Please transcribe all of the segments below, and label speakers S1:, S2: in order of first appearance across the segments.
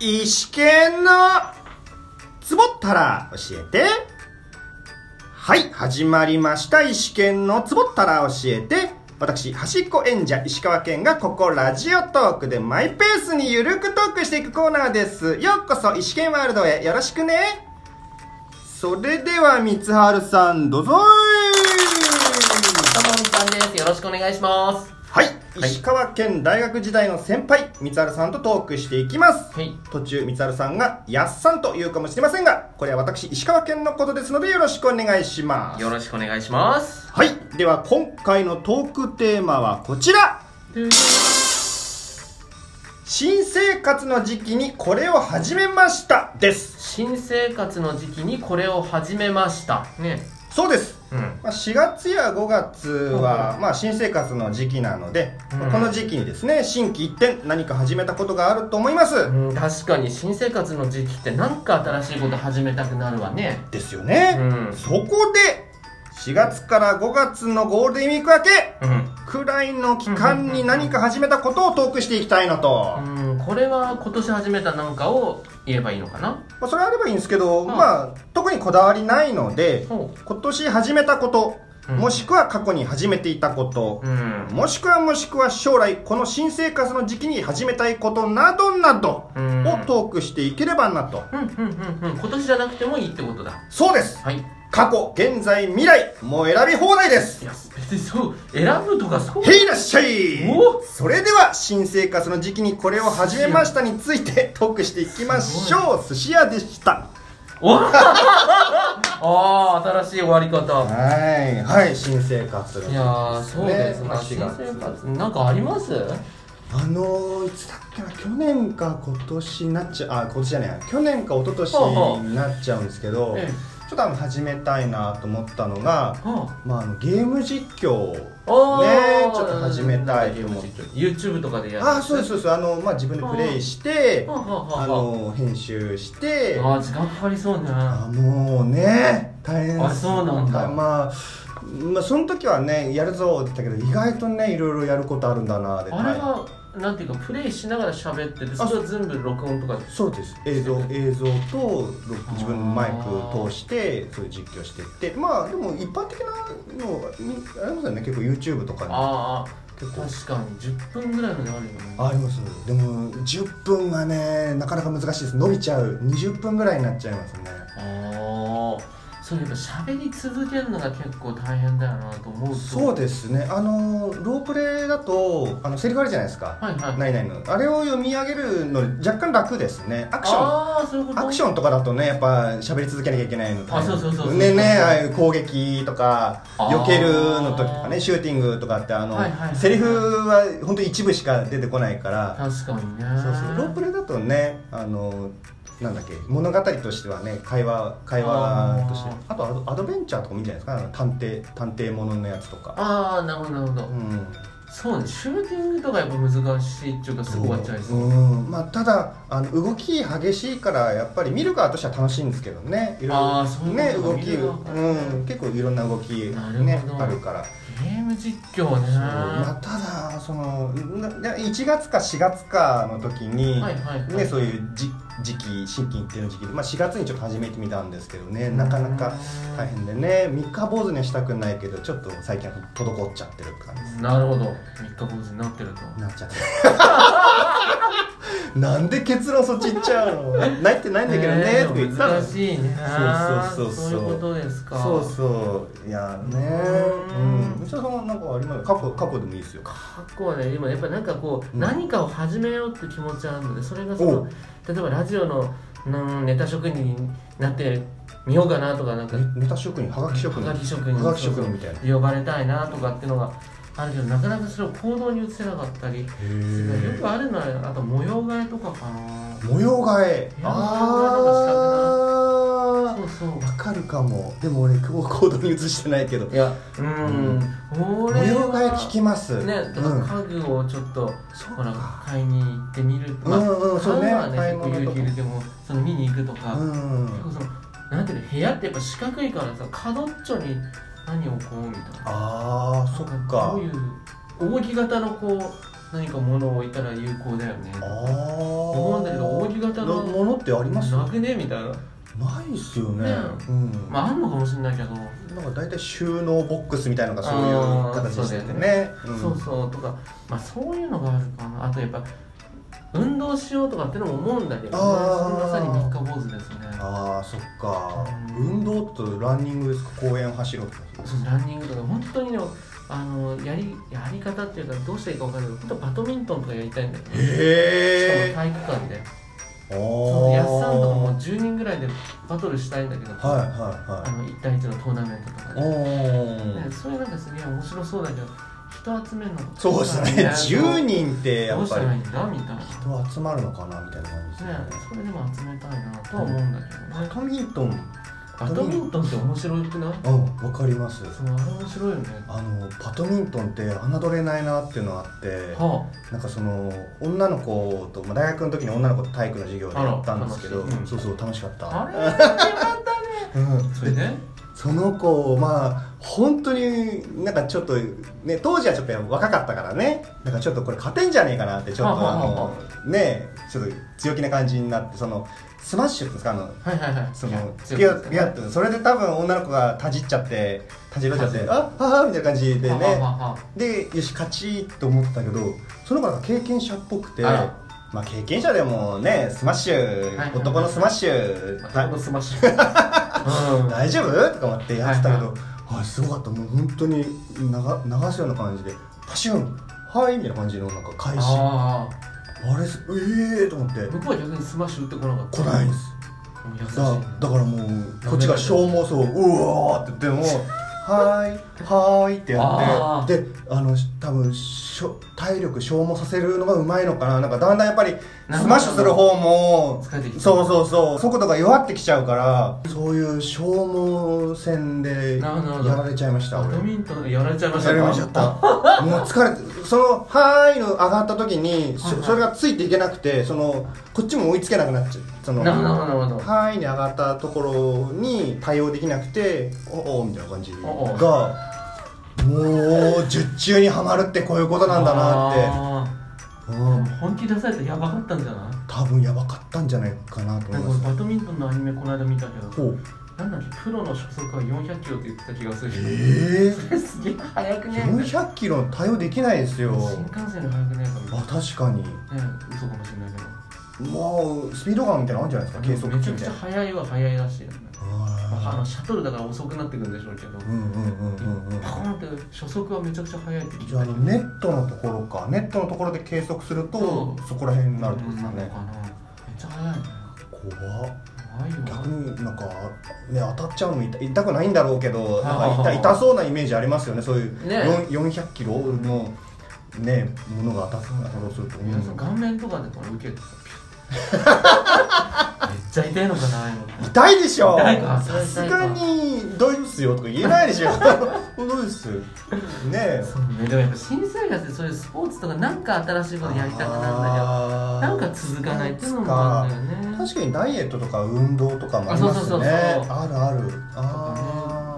S1: 石剣のつぼったら教えてはい始まりました石剣のつぼったら教えて私端っこ演者石川県がここラジオトークでマイペースにゆるくトークしていくコーナーですようこそ石剣ワールドへよろしくねそれでは三春さんどうぞい
S2: タモリさんです。よろしくお願いします。
S1: はい、
S2: はい
S1: 石川県大学時代の先輩光晴さんとトークしていきます、
S2: はい
S1: 途中光晴さんが「やっさん」と言うかもしれませんがこれは私石川県のことですのでよろしくお願いします
S2: よろしくお願いします。
S1: はいでは今回のトークテーマはこちら新生活の時期にこれを始めましたです
S2: 新生活の時期にこれを始めました。ね。
S1: そうです
S2: うん。
S1: まあ4月や5月は、まあ、新生活の時期なので、
S2: うん
S1: この時期にですね心機一転何か始めたことがあると思います、
S2: うん、確かに新生活の時期ってなんか新しいこと始めたくなるわね。
S1: ですよね、
S2: うん
S1: そこで4月から5月のゴールデンウィーク明け
S2: うん。
S1: くらいの期間に何か始めたことをトークしていきたいなと、ま
S2: うん、これは今年始めたなんかを言えばいいのかな
S1: あ、それあればいいんですけど、
S2: ん
S1: まあ特にこだわりないので
S2: ほ
S1: 今年始めたこと
S2: うん
S1: もしくは過去に始めていたこと
S2: う。う、ん。
S1: もしくはもしくは将来この新生活の時期に始めたいことなどなど
S2: うん。
S1: をトークしていければなと、
S2: うん、うん、うん、うん。今年じゃなくてもいいってことだ。
S1: そうです
S2: はい。い
S1: 過去現在未来もう選び放題です
S2: や、別にそう、選ぶとかそう。
S1: へいらっしゃい
S2: お
S1: それでは新生活の時期にこれを始めましたについてトークしていきましょう寿司屋でした
S2: お ああ、新しい終わり方。
S1: はいはい新生活
S2: いやーそうですね
S1: ね
S2: 新生活なんかあります
S1: あのー、いつだっけな去年か今年になっちゃうあ今年じゃない去年か一昨
S2: ほうほ
S1: 年
S2: う
S1: になっちゃうんですけど
S2: ええ
S1: ちょっとあの始めたいなと思ったのが、
S2: あ
S1: まあ、あのゲーム実況をね
S2: あー
S1: ちょっと始めたいと思って。
S2: YouTube とかでやる
S1: あーそうですそうですあの、まあ、自分でプレイして
S2: はあはあはあ
S1: あの編集して
S2: あー時間かかりそうね
S1: あもうね大変
S2: あそうなんだ
S1: まあ、まあ、その時はねやるぞって言ったけど意外とねいろいろやることあるんだなで
S2: あれはなんていうかプレイしながら喋っててそれは全部録音とか
S1: そうです映像映像と録自分のマイ
S2: あ
S1: ク
S2: ー
S1: 通してそういう実況してってまあでも一般的なのにありますよね結構 YouTube とかに
S2: ああ
S1: 結構
S2: 確かに10分ぐらいのであるよね
S1: ありますでも10分がねなかなか難しいです伸びちゃう20分ぐらいになっちゃいますね
S2: ああそれやっぱ喋り続けるのが結構大変だよなと思うと
S1: そうですねあのロープレだとあのセリフあるじゃないですか、
S2: はいはい
S1: ないないのあれを読み上げるの若干楽ですねアクション
S2: ああそういうこと
S1: アクションとかだとねやっぱ喋り続けなきゃいけないの大変
S2: あそうそうそうそう
S1: ねねああいう攻撃とか
S2: あー
S1: 避けるの時とかねシューティングとかってあの、
S2: はいはいはい
S1: セリフは本当一部しか出てこないから
S2: 確かにね
S1: そうそうロープレだとねあのなんだっけ物語としてはね会話会話として
S2: あ
S1: あとアドアドベンチャーとかもいいんじゃないですかあの探偵探偵もののやつとか
S2: ああなるほどなるほど、
S1: うん
S2: そうねシューティングとかやっぱ難しいっていうかすぐ終わっちゃいそう、
S1: うんまあ、ただあの動き激しいからやっぱり見る側としては楽しいんですけどねいろいろ
S2: あーそうい
S1: ね
S2: うこと
S1: 動
S2: か
S1: き、
S2: 見る側から
S1: うん、結構いろんな動き、
S2: なるほど
S1: ね、あるから、
S2: ゲーム実況ね
S1: まあ、ただそのな1月か4月かの時に、
S2: はいはいはい
S1: ね、そういうじ時期心筋っていう時期、まあ、4月にちょっと始めてみたんですけどねなかなか大変でね三日坊主にはしたくないけどちょっと最近は滞っちゃってる感じです
S2: なるほど三日坊主になってると
S1: なっちゃって なんで結論そっち行っちゃうのないってないんだけどね、
S2: え
S1: と
S2: ー
S1: か言ったの
S2: 難しいね
S1: そうそうそうそう
S2: そういうことですか
S1: そうそういやね
S2: うん
S1: うん内田さんはなんかあります過去過去でもいいですよ
S2: 過去はね今やっぱなんかこう、
S1: うん
S2: 何かを始めようって気持ちはあるのでそれがそ
S1: お
S2: の例えばラジオのうんネタ職人になってみようかなとかなんか
S1: ねネタ職人はがき職人
S2: はがき職人
S1: はがき職人みたいなへ
S2: 呼ばれたいなとかっていうのがあるけどなかなかそれを行動に移せなかったりよ
S1: え
S2: くあるのはあと模様替えとかかな
S1: 模様替え
S2: いや
S1: あ
S2: そうそう
S1: ーわかるかもでも俺こう行動に移してないけど
S2: いやうん
S1: 模
S2: 俺
S1: 様替え
S2: は
S1: 聞きます
S2: ねだから
S1: うん
S2: 家具をちょっと、
S1: そう
S2: ほら
S1: か
S2: 買いに行ってみる
S1: うんうん
S2: 買
S1: そうね
S2: のはね
S1: 買い
S2: 結構
S1: 物とか
S2: 勇気いるでもその見に行くとか、
S1: うん
S2: 結構そのなんていうの部屋ってやっぱ四角いからさ角っちょに何をこうみたいな
S1: ああそっか
S2: どういう扇形のこう何か物を置いたら有効だよね
S1: ああ
S2: 思うんだけど扇形の
S1: ものってあります
S2: なくねみたいな
S1: ないっすよね
S2: ね
S1: うん
S2: まああんのかもしれないけど、
S1: なんか大体収納ボックスみたいなのがそういう形でしててねん
S2: そうそうとかまあそういうのがあるかなあとやっぱ運動しようとかってのも思うんだけど、ね、
S1: あー
S2: それまさに三日坊主ですね
S1: ああそっか
S2: うん
S1: 運動とランニングですか公園走ろうとか
S2: そうランニングとか本当にねあのやりやり方っていうかどうしたらいいか分かんないけど本当バドミントンとかやりたいんだよねし
S1: へえ
S2: かも体育館で
S1: ああ
S2: そのやっさんとかも
S1: はい
S2: 10人ぐらいでバトルしたいんだけど、あ
S1: は
S2: の1対1のトーナメントとか
S1: い
S2: で
S1: はいお、
S2: ね
S1: ー
S2: それなんかすげえ面白そうだけど人集めるの
S1: そうですね10人ってや
S2: どう
S1: っ
S2: し
S1: ぱ
S2: た
S1: り
S2: らいいんだみたいなね
S1: 人集まるのかなみたいな感じですよね
S2: それでも集めたいなとは思うんだけど
S1: バ
S2: ね
S1: ドミントン
S2: バドミントンって面白くない
S1: うんわかります
S2: そのあれ面白いよね
S1: あのバドミントンって侮れないなっていうのがあって
S2: は
S1: なんかその女の子と、まあ、大学の時に女の子と体育の授業でやったんですけど、
S2: あら楽しいうん
S1: そうそう楽しかっ
S2: あ
S1: た、
S2: あれ始まったね
S1: うん、
S2: それで
S1: その子まあ本当になんかちょっとね当時はちょっと若かったからねなんかちょっとこれ勝てんじゃねえかなってちょっと
S2: は
S1: あ
S2: あはあ
S1: のねちょっと強気な感じになってそのスマッシュっていうんですかあの
S2: はいはいはい
S1: その
S2: 強
S1: ピ
S2: い
S1: ュ
S2: です
S1: ッ
S2: ね
S1: ピュッとそれで多分女の子がたじっちゃってたじろっちゃって
S2: たじ
S1: あああみたいな感じで
S2: はあは
S1: ね
S2: あはあ
S1: でよし勝ちと思ったけどその子が経験者っぽくて
S2: あら
S1: まあ経験者でもねスマッシ
S2: いはいは
S1: ュ
S2: い
S1: 男のスマッシュ
S2: タイムスマッシュうん
S1: 大丈夫とか思ってやってたけど、
S2: は
S1: あすごかったもう本当に流流すような感じでパシュンはいみたいな感じのなんか返しあ
S2: あ
S1: れすええー、と思って
S2: あ向こうは逆にスマッシュ打ってこなかった
S1: 来ないんです
S2: もう優しい
S1: だ
S2: ね
S1: だからもうこっちが消耗そううわーって言っても はいはーいってや
S2: あ
S1: ってであの多分しょ体力消耗させるのがうまいのかななんかだんだんやっぱり
S2: なる
S1: ス
S2: ほど
S1: マッシュする方も
S2: 疲れてきてる
S1: そうそうそう速度が弱ってきちゃうからそういう消耗戦で
S2: なるほど
S1: やられちゃいました
S2: バ
S1: 俺
S2: ドミントンやられちゃいました
S1: やれ
S2: から
S1: ま したもう疲れてその「はーい」の上がった時に
S2: はいは
S1: そ
S2: い
S1: それがついていけなくてそのこっちも追いつけなくなっちゃうその
S2: なるほどなるほど
S1: はいに上がったところに対応できなくておおみたいな感じが
S2: お
S1: も
S2: お
S1: う術中にはまるってこういうことなんだなって
S2: な
S1: う
S2: って
S1: ん
S2: 本気出されたらやばかったんじゃない
S1: 多分やばかったんじゃないかなと思
S2: ないんか
S1: ま
S2: 俺
S1: す
S2: バドミントンのアニメこの間見たけど
S1: ほう
S2: なんだっけプロの初速は400キロって言ってた気がする
S1: え
S2: それすげえ速く
S1: え
S2: ね
S1: 400キロ対応できないですよ
S2: 新幹線の速くねえかみたい
S1: あ確かに
S2: なね嘘かもしれないけど
S1: もうスピードガンみたいなのあるんじゃないですか計
S2: でも
S1: 測
S2: め
S1: 器
S2: ちゃ
S1: み
S2: く
S1: たい
S2: ちゃ
S1: な
S2: 速いは速いらしいよねまああの
S1: あ
S2: シャトルだから遅くなってくんでしょうけど
S1: ーうんうんうんうんうん
S2: パコンって初速はめちゃくちゃ速いって聞い
S1: じゃああのネットのところかネットのところで計測すると
S2: うん
S1: そこら辺になるってことですか
S2: うん
S1: ね
S2: なのかなめっちゃ速いね
S1: 怖っ
S2: 怖いよ
S1: 逆になんかね当たっちゃうの痛痛くないんだろうけど
S2: はあ
S1: なん
S2: はあ
S1: か痛
S2: は
S1: 痛
S2: あ
S1: そうなイメージありますよねそういう
S2: ね
S1: よん400キロのねものが当た当たろうとすると思う
S2: 皆さん顔面とかでこれ受けてさピュッ てめっちゃ痛いのかなあの
S1: 痛いでしょ
S2: 痛いか
S1: さすがに「大丈夫っすよ」とか言えないで しょ「どうです」ねえ
S2: そうねでもやっぱ新生活でそういうスポーツとかなんか新しいことやりたくなるんだけど
S1: な
S2: なんか続かないっていうのもあるんだよね
S1: 確かにダイエットとか運動とかもありま
S2: あそう
S1: す
S2: そうそう
S1: ね
S2: そう
S1: あるある
S2: とかね
S1: あ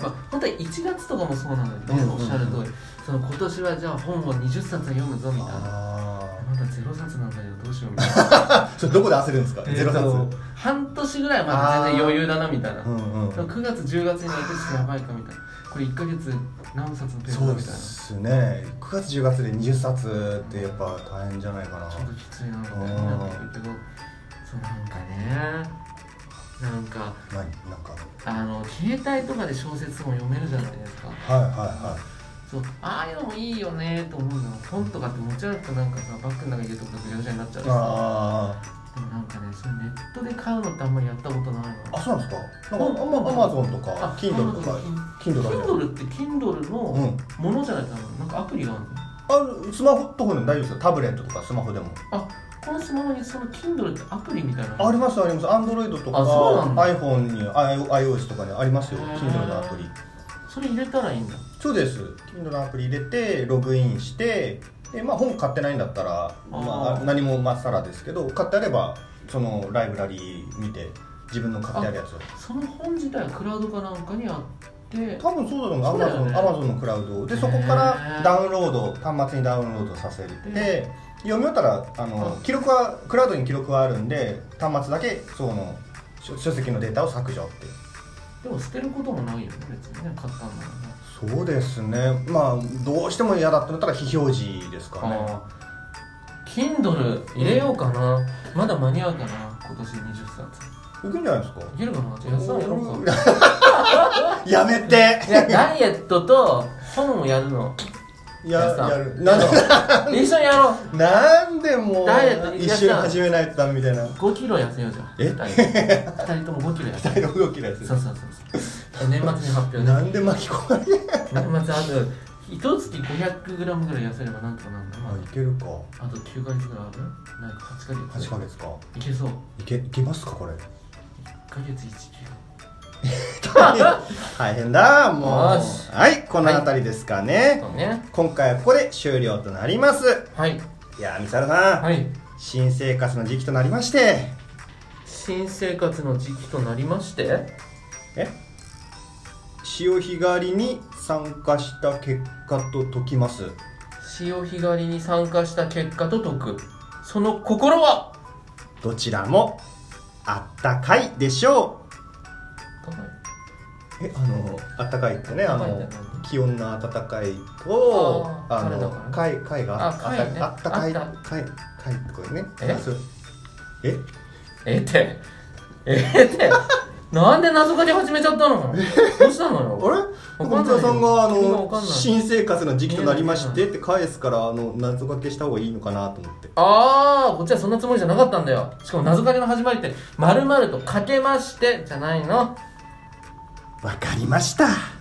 S2: まあ
S1: ー、
S2: 本当は1月とかもそうなんだけどね、
S1: うんうんうん
S2: おっしゃる通りその今年はじゃあ本を20冊は読むぞみたいな
S1: あ
S2: まだゼロ冊なんだけどどうしようみたいな
S1: ーそれどこで焦るんですか ゼロ
S2: えー
S1: 冊
S2: と半年ぐらいはまだ全然余裕だなみたいな、
S1: うんうん
S2: でも9月10月になってちょっとやばいかみたいなこれ1か月何冊のペー
S1: そう
S2: だ
S1: で
S2: みたいなち
S1: すね9月10月で20冊ってやっぱ大変じゃないかな
S2: ょっときついなみたいななってくるけどそうなんかねなんか
S1: 何なんか
S2: あの携帯とかで小説も読めるじゃないですか
S1: はいは
S2: そうああいうのもいいよねと思うの本とかって持ち歩くとなんかさバッグの中に入れとくとぐちゃぐちゃになっちゃう
S1: いはい
S2: しさ
S1: あ
S2: でもなんかねそれネットで買うのってあんまりやったことない
S1: ーあ
S2: の
S1: そうなんですかなんかアマアマゾンとか
S2: あ
S1: Kindle とか Kindle だけ
S2: Kindle って Kindle の
S1: うん
S2: ものじゃないかななんかアプリがあるの
S1: あスマホとかでも大丈夫ですよタブレットとかスマホでも
S2: あこのスマホにその Kindle ってアプリみたいなの
S1: ありますあります Android とか
S2: あそうなんだ
S1: iPhone に I- iOS とかねありますよ
S2: へー
S1: Kindle のアプリ
S2: それ入れたらいいんだ
S1: そうです Kindle のアプリ入れてログインしてで、まあ、本買ってないんだったらまあ、
S2: あー
S1: 何もまっさらですけど買ってあればそのライブラリー見て自分の買ってあるやつを
S2: その本自体はクラウドかなんかにあって
S1: 多分そうだと思う
S2: そうだよね
S1: Amazon, Amazon のクラウドでそこからダウンロード端末にダウンロードさせて
S2: で
S1: 読み終わったらあの
S2: うん
S1: 記録はクラウドに記録はあるんで端末だけその書書籍のデータを削除って
S2: でも捨てることもないよね別にね買ったんだからね
S1: そうですねまあどうしても嫌だったんだったら非表示ですかね
S2: ああ Kindle 入れようかな、まだ間に合うかな今年20冊
S1: いくんじゃないですか
S2: いけるかなじゃあ安さんやろうか
S1: やめて
S2: いやダイエットと本をやるの
S1: や
S2: 安さん
S1: やるなんで
S2: 一緒にやろう
S1: なんでもう
S2: ダイエット
S1: 一瞬始めないとダメみたいな
S2: 5キロ痩せようじゃん
S1: え
S2: 2人とも5キロ痩せよ
S1: 大の動きのやつ
S2: うそうそうそう年末に発表ね
S1: なんで巻き込まれる
S2: 年末あと一月 500g ぐらい痩せればなんとかなるんだ、ま
S1: あいけるか
S2: あ、あと9ヶ月ぐらいあるなんか8ヶ月
S1: 8ヶ月か
S2: いけそう
S1: いけいけますか これ
S2: 1ヶ月1キロ
S1: 大変だもう
S2: よし
S1: はいこの辺りですかね、
S2: そうね
S1: 今回はここで終了となります
S2: はい
S1: いやーミサルさん、
S2: はい
S1: 新生活の時期となりまして
S2: 新生活の時期となりまして
S1: え潮干狩りに参加した結果と解きます
S2: 潮干狩りに参加した結果と解くその心は
S1: どちらもあったかいでしょうえあのあったかいってねあ
S2: あったかい
S1: の
S2: って何
S1: 気温の暖かいと
S2: あー
S1: あの
S2: 体
S1: 貝貝が
S2: あ貝ね
S1: あったかい
S2: あっ
S1: 貝貝ってこれね
S2: え
S1: あそうえ
S2: えってえってなんで謎かけ始めちゃったのどうしたの
S1: あ
S2: よ
S1: れ
S2: わか
S1: 本
S2: んない
S1: 田さんがあ
S2: 君がわ
S1: の
S2: かんない
S1: 新生活の時期となりましてって返すからあの謎かけした方がいいのかなと思って
S2: ああこっちはそんなつもりじゃなかったんだよしかも謎かけの始まりって「まるとかけまして」じゃないの
S1: わかりました